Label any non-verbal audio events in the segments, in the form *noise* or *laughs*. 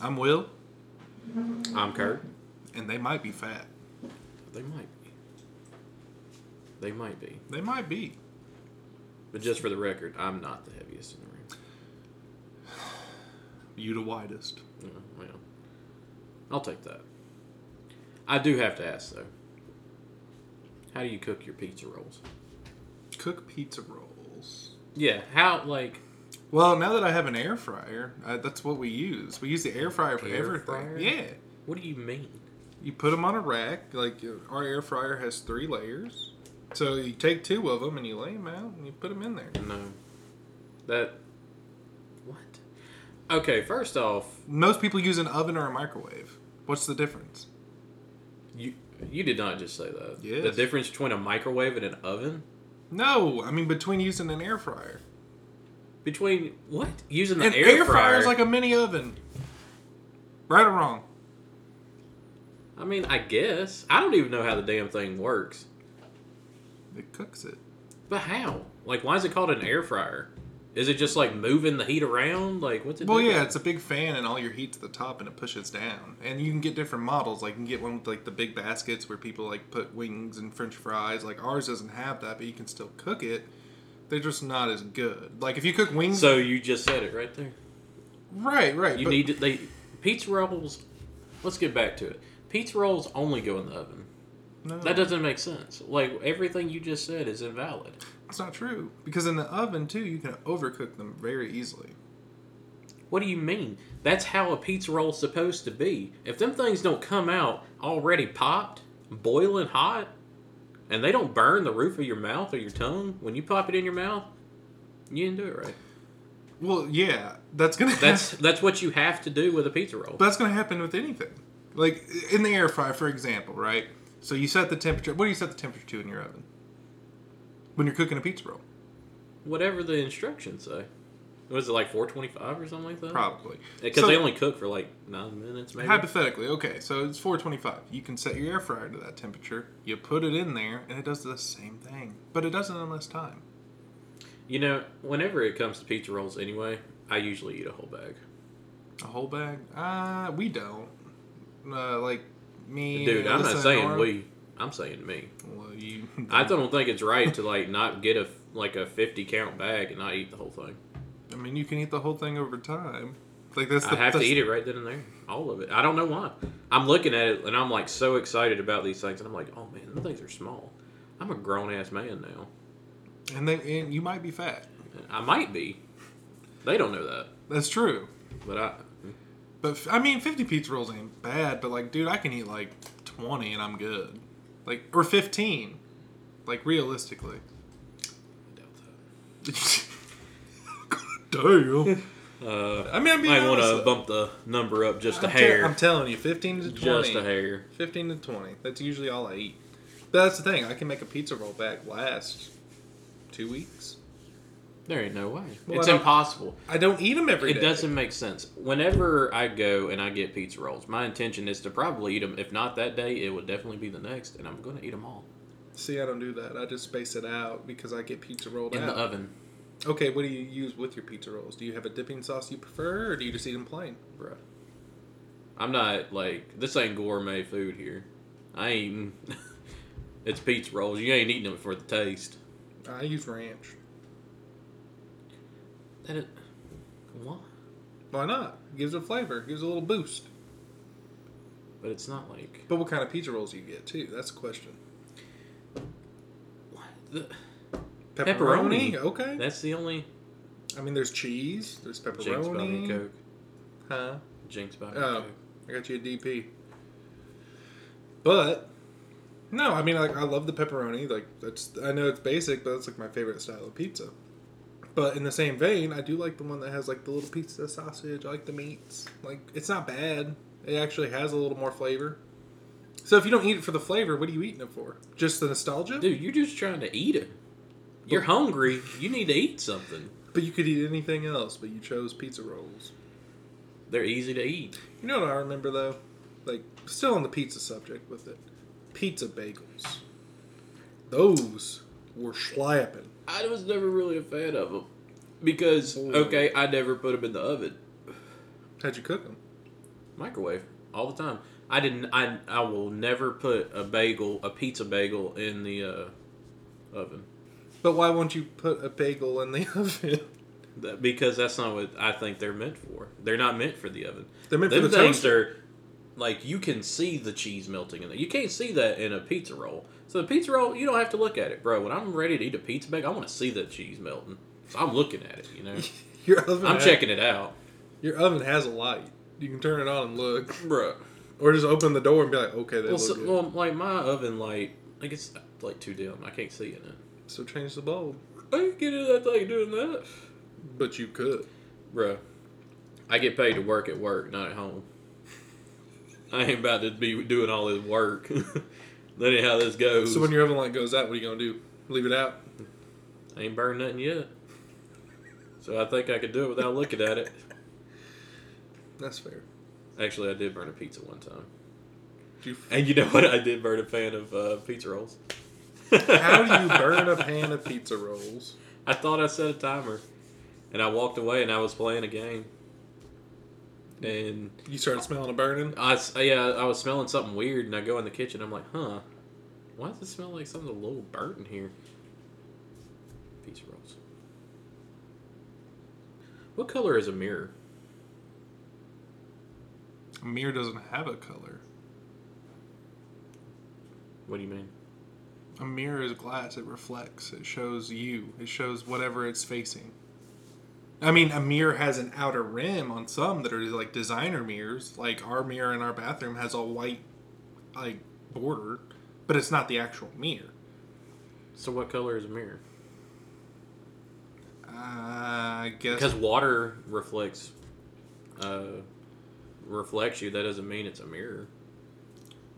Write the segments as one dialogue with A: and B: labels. A: I'm Will,
B: I'm Kurt.
A: and they might be fat.
B: They might be. They might be.
A: They might be.
B: But just for the record, I'm not the heaviest in the room.
A: You the widest.
B: Yeah, well, I'll take that. I do have to ask though. How do you cook your pizza rolls?
A: Cook pizza rolls.
B: Yeah, how like
A: Well, now that I have an air fryer, uh, that's what we use. We use the air fryer for
B: Air
A: everything.
B: fryer?
A: Yeah.
B: what do you mean?
A: You put them on a rack. Like uh, our air fryer has three layers. So you take two of them and you lay them out and you put them in there.
B: No. That what? Okay, first off,
A: Most people use an oven or a microwave. What's the difference?
B: you you did not just say that. The
A: Yes.
B: difference between a microwave and an oven?
A: No, I mean between using an air fryer.
B: Between what? Using the
A: An
B: air,
A: air fryer
B: fryer
A: is like a mini oven. Right or wrong?
B: I mean, I guess. I don't even know how the damn thing works.
A: It cooks it.
B: But how? Like, why is it called an air fryer? Is it just like moving the heat around? Like, what's it?
A: Well,
B: doing?
A: yeah, it's a big fan, and all your heat's at the top, and it pushes down. And you can get different models. Like you can get one with like the big baskets where people like put wings and French fries. Like ours doesn't have that, but you can still cook it. They're just not as good. Like if you cook wings,
B: So you just said it right there.
A: right, right.
B: You
A: but-
B: need to, they pizza rolls. Let's get back to it. Pizza rolls only go in the oven.
A: no,
B: That doesn't make sense. Like everything you just said is invalid.
A: it's not true because in the oven too, you can overcook them very easily.
B: What do you mean? That's how a pizza roll's supposed to be. If them things don't come out already popped, boiling hot, and they don't burn the roof of your mouth or your tongue when you pop it in your mouth, you didn't do it right.
A: Well, yeah, that's gonna *laughs*
B: That's that's what you have to do with a pizza roll.
A: But that's going to happen with anything. Like in the air fryer, for example, right? So you set the temperature. What do you set the temperature to in your oven when you're cooking a pizza roll?
B: Whatever the instructions say. Was it like 425 or something like that?
A: Probably
B: Because
A: So,
B: Mm-hmm. they only cook for like nine minutes, maybe.
A: hypothetically. Okay, so it's 425. You can set your air fryer to that temperature. You put it in there, and it does the same thing, but it doesn't in less time.
B: you know, whenever it comes to pizza rolls, anyway, I usually eat a whole bag.
A: A whole bag? Uh, we don't. Uh, like me,
B: Dude, I'm
A: Alyssa,
B: not
A: and
B: saying
A: Norm-
B: we. I'm saying me.
A: Well, you.
B: I don't think it's right to like not get a like a 50 count bag and not eat the whole thing.
A: I mean, you can eat the whole thing over time. Like that's. The,
B: I have to
A: that's-
B: eat it right then and there, all of it. I don't know why. I'm looking at it and I'm like so excited about these things, and I'm like, oh man, those things are small. I'm a grown ass man now.
A: and then and you might be fat.
B: I might be. They don't know that,
A: That's true.
B: but I.
A: But f- I mean, fifty pizza rolls ain't bad. But like, dude, I can eat like twenty and I'm good. Like, or fifteen. Like realistically.
B: I doubt
A: Damn.
B: that. Uh,
A: I mean, I'm being
B: might want to
A: honest.
B: bump the number up just a
A: I'm te-
B: hair,
A: I'm telling you, fifteen to twenty.
B: just a hair.
A: Fifteen to twenty. That's usually all I eat. But that's the thing. I can make a pizza roll back last two weeks.
B: There ain't no way.
A: Well,
B: it's
A: I don't-
B: impossible.
A: I don't eat them every
B: It
A: day.
B: doesn't make sense. Whenever I go and I get pizza rolls, my intention is to probably eat them. If not that day, it would definitely be the next, and I'm going to eat them all
A: See, I don't do that. I just space it out because I get pizza rolled
B: in
A: out.
B: the oven,
A: Okay, what do you use with your pizza rolls? Do you have a dipping sauce you prefer, or do you just eat them plain?
B: bro. I'm not like this ain't gourmet food here. I ain't. *laughs* it's pizza rolls. You ain't eating them for the taste.
A: I use ranch.
B: That it. What?
A: Why not? Gives it flavor, gives it a little boost.
B: But it's not like
A: But what kind of pizza rolls do you get too? That's the question.
B: what the.
A: Pepperoni,
B: Pepperoni.
A: okay.
B: That's the only
A: I mean, there's cheese. There's
B: Jinx by
A: pepperoni.
B: me Coke.
A: Huh?
B: Jinx by me
A: Oh,
B: Coke.
A: I got you a DP. But no, I mean, like I love the pepperoni. Like that's I know it's basic, but that's like my favorite style of pizza. But in the same vein, I do like the one that has like the little pizza sausage. I like the meats. Like it's not bad. It actually has a little more flavor. So if you don't eat it for the flavor, what are you eating it for? Just the nostalgia?
B: Dude, you're just trying to eat it. You're hungry. You need to eat something.
A: But you could eat anything else, but you chose pizza rolls.
B: They're easy to eat.
A: You know what I remember though? Like still on the pizza subject with it. Pizza bagels. Those were slapping.
B: I was never really a fan of them because
A: Ooh.
B: okay, I never put them in the oven.
A: How'd you cook them?
B: Microwave all the time. I didn't. I I will never put a bagel, a pizza bagel, in the uh, oven
A: But why won't you put a bagel in the *laughs* oven?
B: That- because that's not what I think they're meant for. They're not meant for the oven.
A: They're meant for
B: Them
A: the
B: things
A: toaster.
B: are like you can see the cheese melting in there. You can't see that in a pizza roll. So the pizza roll, you don't have to look at it, bro. When I'm ready to eat a pizza bag, I want to see that cheese melting. So I'm looking at it. You
A: *laughs*
B: know,
A: Your oven.
B: I'm
A: has-
B: checking it out,
A: Your oven has a light. You can turn it on and look,
B: bro.
A: or just open the door and be like, "Okay, they
B: Well,
A: look
B: so,
A: good."
B: well, like my oven light, like it's like too dim. I can't see it. in it.
A: so change the bulb.
B: I can get into that thing doing that,
A: But you could.
B: bro. I get paid to work at work, not at home. I ain't about to be doing all this work. *laughs* that ain't how this goes.
A: So when your oven light goes out, what are you gonna do? Leave it out?
B: I ain't burned nothing yet. So I think I could do it without looking at it.
A: That's fair.
B: Actually, I did burn a pizza one time.
A: Do you,
B: And you know what? I did burn a pan of uh, pizza rolls.
A: how do you burn
B: *laughs*
A: a pan of pizza rolls?
B: I thought I set a timer, and I walked away, and I was playing a game. And
A: You start smelling a burning.
B: I s- yeah, I was smelling something weird, and I go in the kitchen. I'm like, huh, why does it smell like something a little burnt in here? Pizza rolls. What color is a mirror?
A: A mirror doesn't have a color.
B: What do you mean?
A: A mirror is glass. It reflects. It shows you. It shows whatever it's facing. I mean, a mirror has an outer rim on some that are like designer mirrors. Like our mirror in our bathroom has a white, like border, but it's not the actual mirror.
B: So what color is a mirror?
A: I guess
B: Because water reflects, uh, reflects you. That doesn't mean it's a mirror.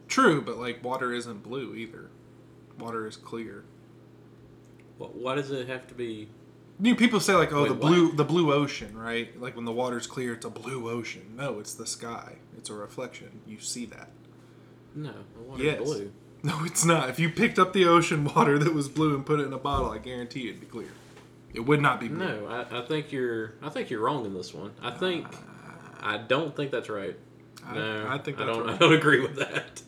A: true, but like water isn't blue either. Water is clear.
B: Wh- Why does it have to be?
A: You know, people say like, "Oh,
B: Wait,
A: the
B: what?
A: blue, the blue ocean," right? Like when the water's clear, it's a blue ocean. No, it's the sky. It's a reflection. You see that.
B: No, the water's
A: Yes.
B: blue.
A: *laughs* No, it's not. If you picked up the ocean water that was blue and put it in a bottle, I guarantee it'd be clear. It would not be blue.
B: No, I, I think you're. I think you're wrong in this one. I think. I don't think that's right.
A: I,
B: no,
A: I think
B: I
A: that's
B: don't. I
A: right.
B: don't agree with that.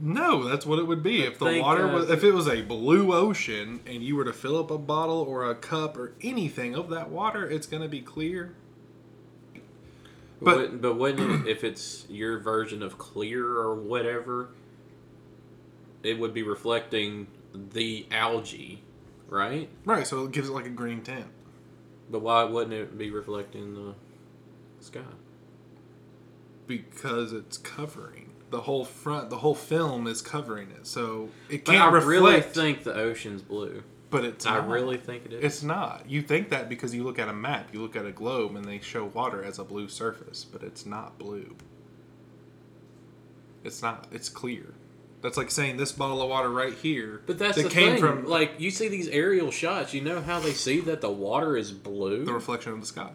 A: No, that's what it would be. if the
B: think,
A: water
B: uh,
A: was, if it was a blue ocean and you were to fill up a bottle or a cup or anything of that water, it's going to be clear. *laughs* But-
B: But wouldn't, but wouldn't it, if it's your version of clear or whatever, it would be reflecting the algae, right?
A: Right, so it gives it like a green tint.
B: But why wouldn't it be reflecting the sky?
A: because it's covering the whole front the whole film is covering it so it
B: But
A: can't
B: I
A: reflect
B: really think the ocean's blue.
A: but it's
B: I
A: not.
B: really think it is.
A: it's not you think that because you look at a map you look at a globe and they show water as a blue surface but it's not blue it's not it's clear that's like saying this bottle of water right here
B: but that's
A: that
B: the
A: came
B: thing.
A: from
B: like you see these aerial shots, you know how they see that the water is blue.
A: the reflection of the sky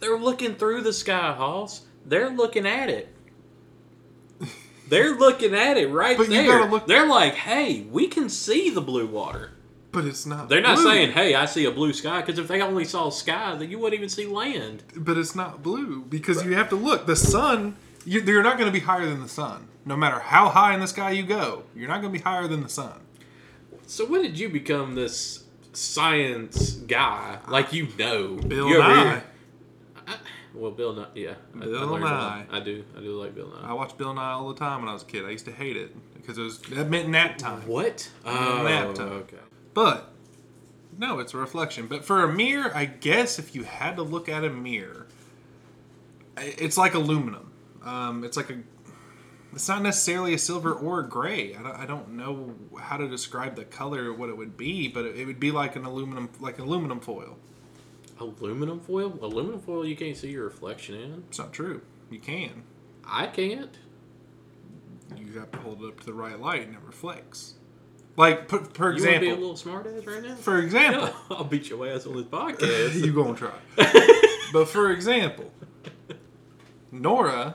B: They're looking through the sky, Hoss. They're looking at it. They're looking at it right
A: But you
B: there.
A: gotta look-
B: They're like, "Hey, we can see the blue water."
A: but it's not
B: They're not
A: blue.
B: saying, "Hey, I see a blue sky," because if they only saw sky, then you wouldn't even see land.
A: but it's not blue because you have to look. The sun, you, you're not going to be higher than the sun. No matter how high in the sky you go, you're not going to be higher than the sun.
B: So when did you become this science guy? Like you know,
A: Bill
B: You're over
A: Nye.
B: here- Well, Bill Nye. Yeah, I-
A: Bill
B: I, learned a lot.
A: Nye.
B: I do. I do like Bill Nye.
A: I watched Bill Nye all the time when I was a kid. I used to hate it because it was that meant nap time.
B: What? Oh,
A: laptop.
B: okay.
A: But no, it's a reflection. But for a mirror, I guess if you had to look at a mirror, i- it's like aluminum. Um, it's like a. It's not necessarily a silver or a gray. I don't, I don't know how to describe the color or what it would be, but it, it would be like an aluminum, like aluminum foil.
B: Aluminum foil. Aluminum foil. You can't see your reflection in.
A: It's not true. You can.
B: I can't.
A: You have to hold it up to the right light, and it reflects. Like, per, per
B: You want to be a
A: example,
B: little smart ass right now?
A: for example,
B: Yeah, *laughs* I'll beat your ass on this podcast.
A: *laughs* you gonna try. but for example, Nora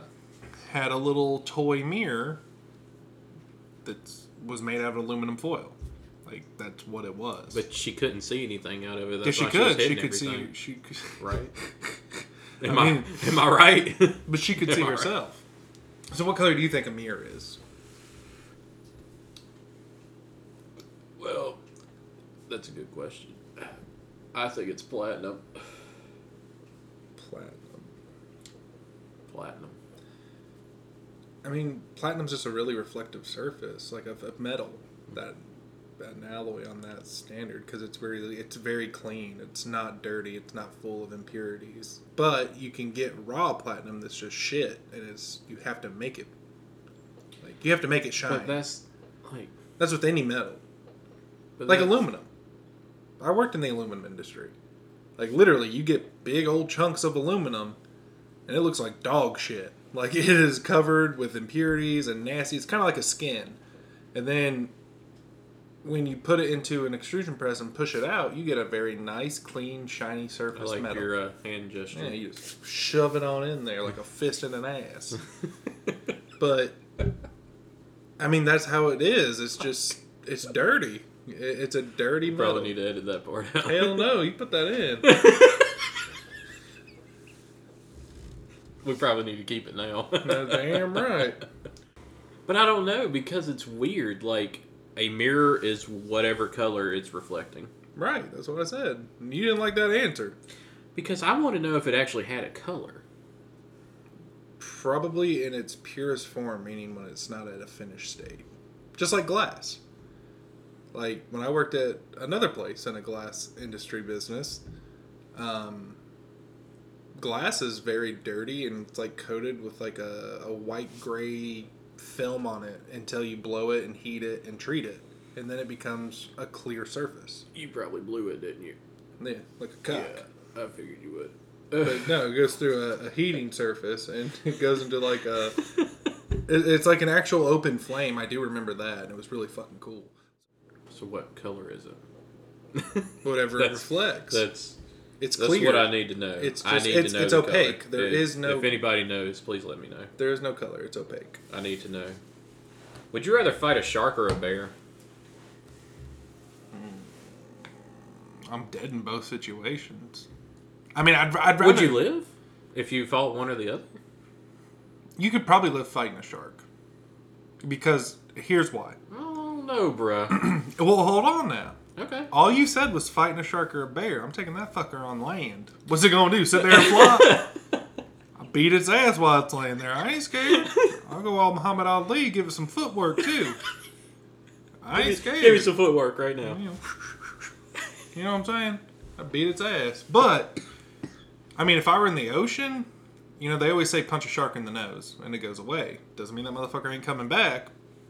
A: had a little toy mirror that was made out of aluminum foil. Like that's what it was.
B: but she couldn't see anything out of it.
A: yeah,
B: That's
A: she
B: why
A: could. She,
B: She, was
A: could see.
B: hitting
A: She could,
B: everything, Right.
A: *laughs*
B: Am
A: I
B: I,
A: mean-
B: *laughs* am I right? *laughs*
A: but she could
B: Am
A: see
B: I right?
A: herself. So, what color do you think a mirror is?
B: Well, that's a good question. I think it's platinum.
A: Platinum.
B: Platinum.
A: I mean, platinum's just a really reflective surface, like of, of metal. That that an alloy on that standard because it's really it's very clean. It's not dirty. It's not full of impurities. But you can get raw platinum that's just shit, and it's you have to make it. Like you have to make it shine.
B: But that's like
A: that's with any metal,
B: but
A: like
B: that-
A: aluminum. I worked in the aluminum industry. Like literally, you get big old chunks of aluminum, and it looks like dog shit. *laughs* Like it is covered with impurities and nasty. It's kind of like a skin. And then when you put it into an extrusion press and push it out, you get a very nice, clean, shiny
B: I
A: surface
B: like
A: metal.
B: your uh, hand gesture.
A: yeah, you just shove it on in there like a fist in an ass. but I mean, that's how it is. It's just it's dirty. It- It's a dirty metal.
B: *laughs* Probably need to edit that part out.
A: Hell no, you put that in.
B: *laughs* we probably need to keep it now.
A: No,
B: *laughs*
A: damn right.
B: But I don't know because it's weird. Like a mirror is whatever color it's reflecting.
A: Right, that's what I said. You didn't like that answer.
B: Because I want to know if it actually had a color.
A: Probably in its purest form, meaning when it's not at a finished state. Just like glass. Like when I worked at another place in a glass industry business, um, glass is very dirty and it's like coated with like a, a white gray film on it until you blow it and heat it and treat it. And then it becomes a clear surface.
B: You probably blew it, didn't you?
A: Yeah, like a cock.
B: Yeah, I figured you would.
A: But no, it goes through a, a heating surface and *laughs* it goes into like
B: *laughs*
A: a. it- it's like an actual open flame. I do remember that, and it was really fucking cool.
B: *laughs* so what color is it?
A: Whatever it
B: That's-
A: reflects,
B: That's
A: it's
B: that's
A: clear.
B: what I need to know.
A: It's
B: I
A: just-
B: need
A: it's-
B: to know
A: it's
B: the
A: opaque.
B: Color.
A: There
B: if,
A: is no-
B: If anybody knows, please let me know.
A: There is no color. It's opaque.
B: I need to know. Would you rather fight a shark or a bear?
A: I'm dead in both situations. I mean, I'd, I'd rather
B: Would you live if you fought one or the other?
A: you could probably live fighting a shark, because here's why.
B: Oh no, bruh.
A: Well, hold on now.
B: *coughs* Okay.
A: All you said was fighting a shark or a bear. I'm taking that fucker on land. What's it gonna do? Sit there and
B: *laughs*
A: flop? I beat its ass while it's laying there. I ain't scared. I'll go all Muhammad Ali, give it some footwork too. I ain't scared.
B: Give me some footwork right now.
A: You know, you know what I'm saying? I beat its ass. But I mean, if I were in the ocean, you know they always say punch a shark in the nose and it goes away. Doesn't mean that motherfucker ain't coming back,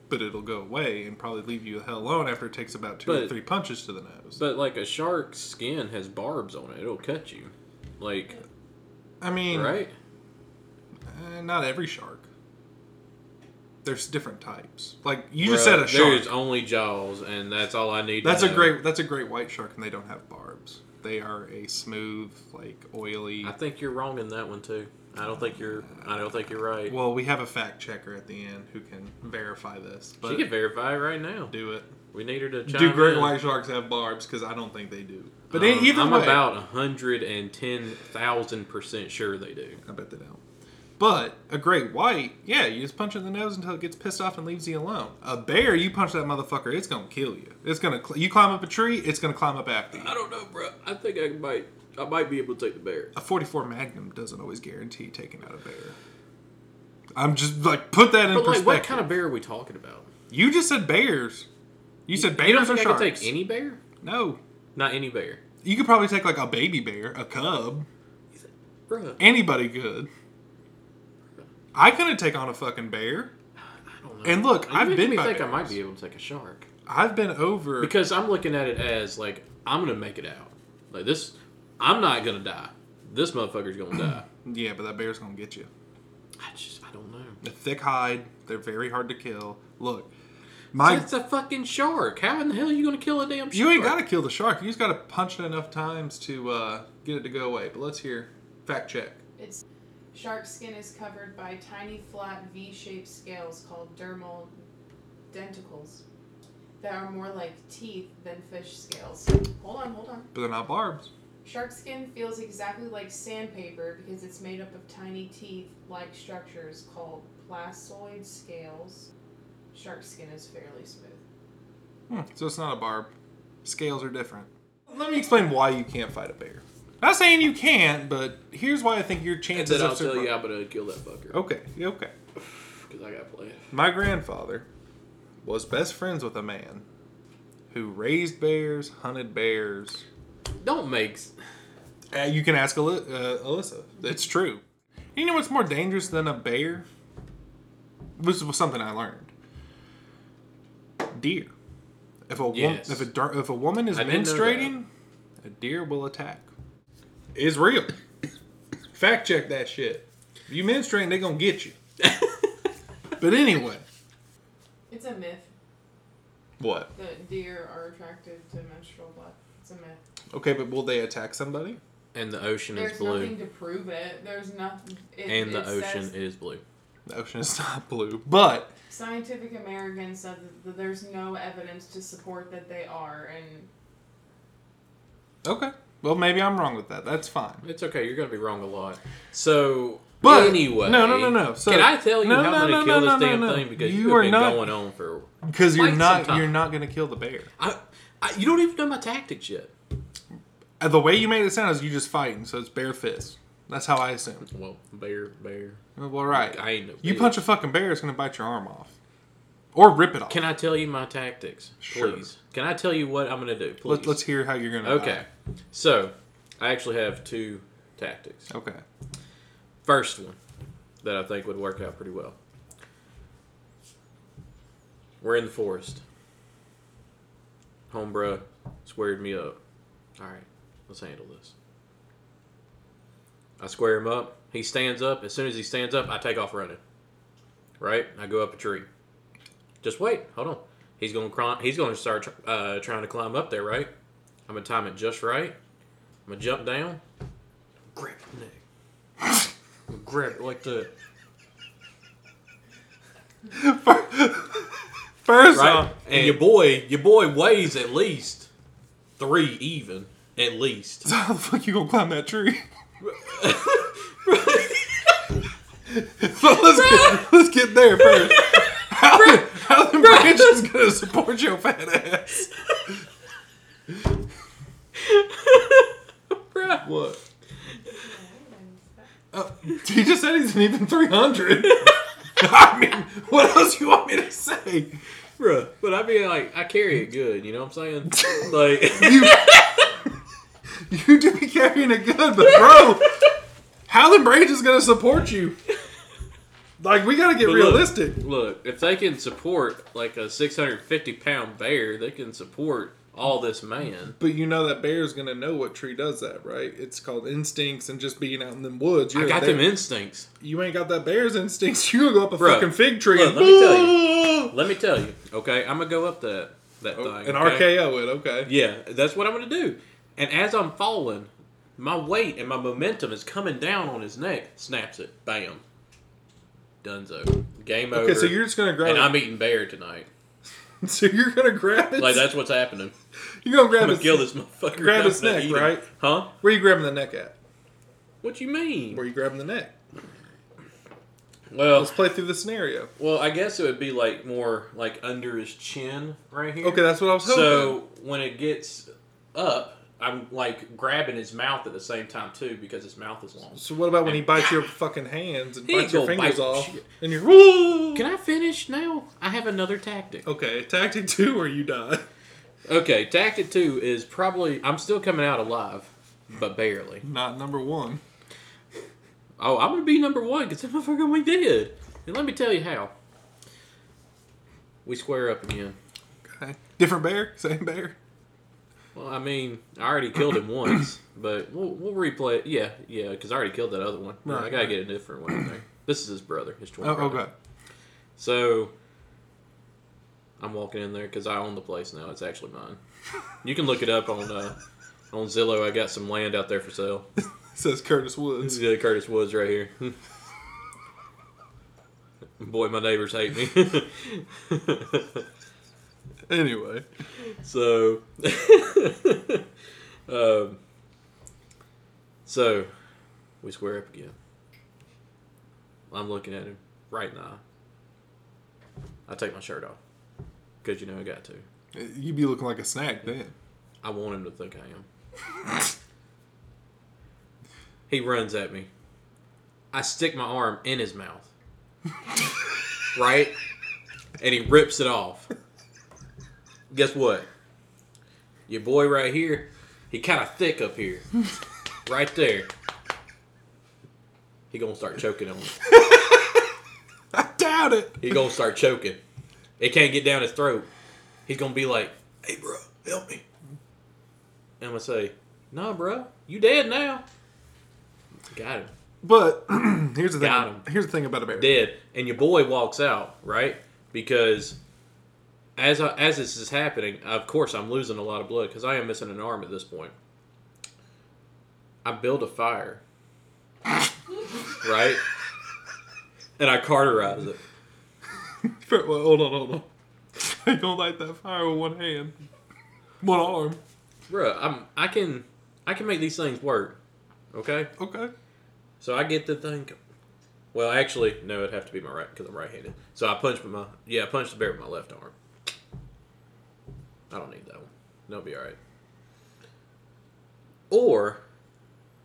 A: but it'll go away and probably leave you the hell alone after it takes about two or
B: But-
A: three punches to the nose.
B: But like a shark's skin has barbs on it; it'll cut you. Like
A: I mean,
B: right?
A: Uh, not every shark. There's different types. Like you just
B: Bruh,
A: said, a shark.
B: There's only jaws, and that's all I need. to
A: That's a
B: know.
A: great. That's a great white shark, and they don't have barbs. They are a smooth, like oily.
B: I think you're wrong in that one too. I don't think you're. I don't think you're right.
A: Well, we have a fact checker at the end who can verify this. But
B: she can verify right now.
A: do it.
B: We need her to chime
A: do great
B: in.
A: white sharks have barbs? Because I don't think they do. But
B: Um,
A: e- either
B: I'm
A: way,
B: about hundred and ten thousand percent sure they do.
A: I bet they don't. But a great white, yeah, you just punch it in the nose until it gets pissed off and leaves you alone. A bear, you punch that motherfucker, it's gonna kill you. It's gonna cl- you climb up a tree, it's gonna climb up after you.
B: I don't know, bro. I think I might. I might be able to take the bear.
A: a 44 Magnum doesn't always guarantee taking out a bear. I'm just like put that in
B: But like,
A: perspective.
B: what kind of bear are we talking about?
A: you just said bears. You said
B: You
A: bears
B: don't think
A: or
B: I
A: sharks?
B: could take any bear?
A: no,
B: Not any bear,
A: you could probably take like a baby bear, a cub.
B: bro.
A: Anybody could. I couldn't take on a fucking bear.
B: I don't know.
A: And look,
B: You
A: I've
B: make
A: been
B: me
A: by
B: think I might
A: bears.
B: be able to take a shark
A: I've been over.
B: because I'm looking at it as like I'm gonna make it out. Like this, I'm not gonna die. This motherfucker's gonna die.
A: yeah, but that bear's gonna get you.
B: *clears throat* I just I don't know.
A: The thick hide. They're very hard to kill. Look, my
B: It's a fucking shark. How in the hell are you gonna kill a damn shark?
A: You ain't gotta kill the shark. You just gotta punch it enough times to uh, get it to go away. But let's hear fact check.
C: It's shark skin is covered by tiny flat V-shaped scales called dermal denticles that are more like teeth than fish scales. Hold on, hold on.
A: But they're not barbs.
C: Shark skin feels exactly like sandpaper because it's made up of tiny teeth like structures called placoid scales. Shark skin is fairly smooth.
A: Hmm, so it's not a barb. Scales are different. Let me explain why you can't fight a bear. Not saying you can't, but here's why I think your
B: And
A: chances
B: then
A: of
B: I'll tell
A: survi-
B: you how I'm gonna kill that fucker
A: Okay, okay.
B: because I gotta play it.
A: My grandfather was best friends with a man who raised bears, hunted bears.
B: Don't make. s- *laughs*
A: Uh, you can ask Aly- uh, Alyssa. It's true. You know what's more dangerous than a bear? This was something I learned. Deer. If a wom-
B: Yes.
A: if a dar- if a woman is
B: I didn't know that.
A: menstruating, a deer will attack. It's real. Fact check that shit. If you menstruating, they gonna get you. but anyway,
C: It's a myth
A: what?
C: that deer are attracted to menstrual blood. It's a myth.
A: Okay, but will they attack somebody?
B: And the ocean is
C: There's
B: blue.
C: nothing to prove it. There's nothing. It,
B: And the
C: it
B: ocean
C: says-
B: is blue.
A: The ocean is not blue, but
C: Scientific American said that, that there's no evidence to support that they are, and
A: okay. Well, maybe I'm wrong with that. That's fine.
B: It's okay. You're gonna be wrong a lot. So,
A: But-
B: anyway,
A: no, no, no, no. So-
B: can I tell you
A: No,
B: how
A: no,
B: I'm gonna
A: no,
B: kill
A: no,
B: this
A: no,
B: damn
A: no, no.
B: thing because
A: You
B: you
A: are
B: have been
A: not-
B: going on for.
A: Because you're
B: Quite
A: not
B: some time.
A: you're not gonna kill the bear.
B: I, I, you don't even know my tactics yet.
A: Uh, The way you made it sound is you just fighting, so it's bare fists. That's how I assume.
B: Well, bear, bear.
A: Well, right.
B: I ain't no
A: you
B: bitch.
A: punch a fucking bear, it's gonna bite your arm off, or rip it off.
B: Can I tell you my tactics,
A: Sure.
B: please? Can I tell you what I'm gonna do, please?
A: Let, let's hear how you're gonna.
B: Okay, so I actually have two tactics.
A: die. Okay.
B: First one that I think would work out pretty well. We're in the forest. Homebro squared me up. All right, let's handle this. I square him up. He stands up. As soon as he stands up, I take off running. Right? I go up a tree. Just wait. Hold on. He's going to climb. He's going to start uh, trying to climb up there, right? I'm going to time it just right. I'm going to jump down. Grab the neck. I'm gonna grab it like that.
A: *laughs* First
B: right?
A: off, *laughs*
B: and your boy, your boy weighs at least three even, at least. *laughs*
A: how the fuck you gonna climb that tree? *laughs* But let's get, let's get there first.
B: *laughs*
A: How, how the branch is gonna support your fat ass?
B: Bruh.
A: What? Oh, he just said he's an even 300. *laughs* I mean, what else you want me to say?
B: Bruh. But I mean, like, I carry it good, you know what I'm *laughs* saying? Like,
A: You, *laughs* you do be carrying it good, but bro, Howland Branch is going to support you. Like, we got to get
B: look.
A: realistic.
B: look, if they can support, like, a 650 pound bear, they can support all this man.
A: But you know that bear is going to know what tree does that, right? It's called instincts and just being out in them woods.
B: I
A: You're
B: got
A: there-
B: them instincts.
A: You ain't got that bear's instincts. *laughs* You gonna go up a
B: Bro,
A: fucking fig tree
B: look,
A: and
B: let me tell
A: *laughs*
B: Let me tell you, okay? I'm gonna go up that,
A: Oh,
B: that thing.
A: and
B: okay?
A: RKO it. Okay.
B: Yeah, that's what I'm gonna do. And as I'm falling, my weight and my momentum is coming down on his neck. Snaps it. Bam. Dunzo. Game over.
A: Okay, so you're just gonna grab.
B: and
A: it.
B: I'm eating bear tonight.
A: *laughs* So you're gonna grab it.
B: Like that's what's happening.
A: You're gonna grab
B: I'm
A: his.
B: gonna kill this motherfucker.
A: grab
B: I'm
A: his
B: gonna
A: neck,
B: eat him.
A: right?
B: Huh?
A: Where you grabbing the neck at?
B: What you mean?
A: Where you grabbing the neck?
B: Well,
A: Let's play through the scenario.
B: well, I guess it would be like more like under his chin right here.
A: Okay, that's what I was hoping.
B: So when it gets up, I'm like grabbing his mouth at the same time too because his mouth is long.
A: So what about when he bites your fucking hands and
B: He
A: bites your
B: gonna
A: fingers
B: bite
A: off,
B: shit.
A: and you're Whoa!
B: Can I finish now? I have another tactic.
A: okay? Tactic *laughs* two, or you die.
B: Okay, tactic two is probably I'm still coming out alive, but barely.
A: Not number one.
B: Oh, I'm gonna be number one because *laughs* that motherfucker gonna be dead. And let me tell you how. We square up again.
A: Okay. Different bear, same bear.
B: Well, I mean, I already killed
A: *coughs*
B: him once, but we'll, we'll replay it. Yeah, yeah, because I already killed that other one.
A: Right,
B: I gotta
A: right.
B: get a different one in there. This is his brother, his twin
A: Oh,
B: brother.
A: okay.
B: So I'm walking in there because I own the place now. It's actually mine. You can look it up on uh, on Zillow. I got some land out there for sale.
A: Says Curtis
B: This
A: Woods.
B: is uh, Curtis Woods right here. *laughs* Boy, my neighbors hate me. *laughs*
A: Anyway,
B: so, *laughs* um, So, we square up again. I'm looking at him right now. I take my shirt off. Because you know I got to.
A: You'd be looking like a snack then.
B: I want him to think I am. he runs at me. I stick my arm in his mouth. right? And he rips it off. Guess what? Your boy right here, he kind of thick up here. Right there. He gonna start choking on me.
A: I doubt it.
B: He gonna start choking. It can't get down his throat. He's gonna be like, "Hey, bro, help me." And I'm gonna say, "Nah, bro, you dead now." Got him,
A: But *clears throat* here's the thing.
B: Got him.
A: Here's the thing about a bear.
B: dead. And your boy walks out, right? Because as I, as this is happening, of course, I'm losing a lot of blood because I am missing an arm at this point. I build a fire, right? And I carterize it.
A: *laughs* Well, hold on, hold on. *laughs* I don't light that fire with one hand, one arm.
B: Bruh, I'm I can I can make these things work. Okay?
A: Okay.
B: So I get the thing Well, actually, no, it'd have to be my right because I'm right-handed. So I punch with my yeah, I punch the bear with my left arm. I don't need that one. That'll be all right. Or,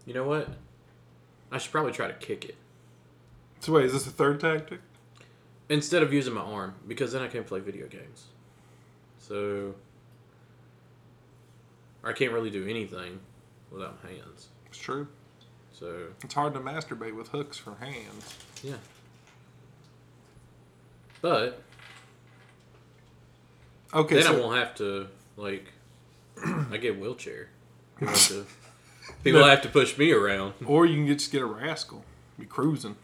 B: you know what? I should probably try to kick it
A: So wait, is this a third tactic?
B: instead of using my arm because then I can't play video games. So I can't really do anything without my hands.
A: It's true.
B: So
A: It's hard to masturbate with hooks for hands.
B: Yeah. But
A: Okay.
B: then I
A: so,
B: won't have to
A: *clears throat*
B: like I get a wheelchair. People have to, people
A: No.
B: have to push me around.
A: *laughs* or you can get, just get a rascal. Be cruising.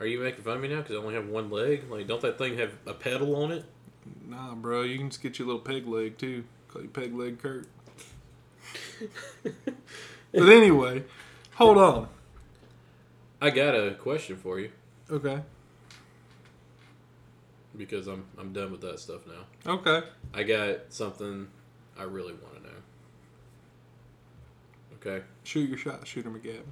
B: Are you making fun of me now because I only have one leg? Like, don't that thing have a pedal on it?
A: Nah, bro. You can just get your little peg leg too. Call you peg leg *laughs* Kurt. but anyway, hold on.
B: I got a question for you
A: Okay.
B: because I'm I'm done with that stuff now.
A: Okay.
B: I got something I really want to know. Okay.
A: Shoot your shot. Shoot him again.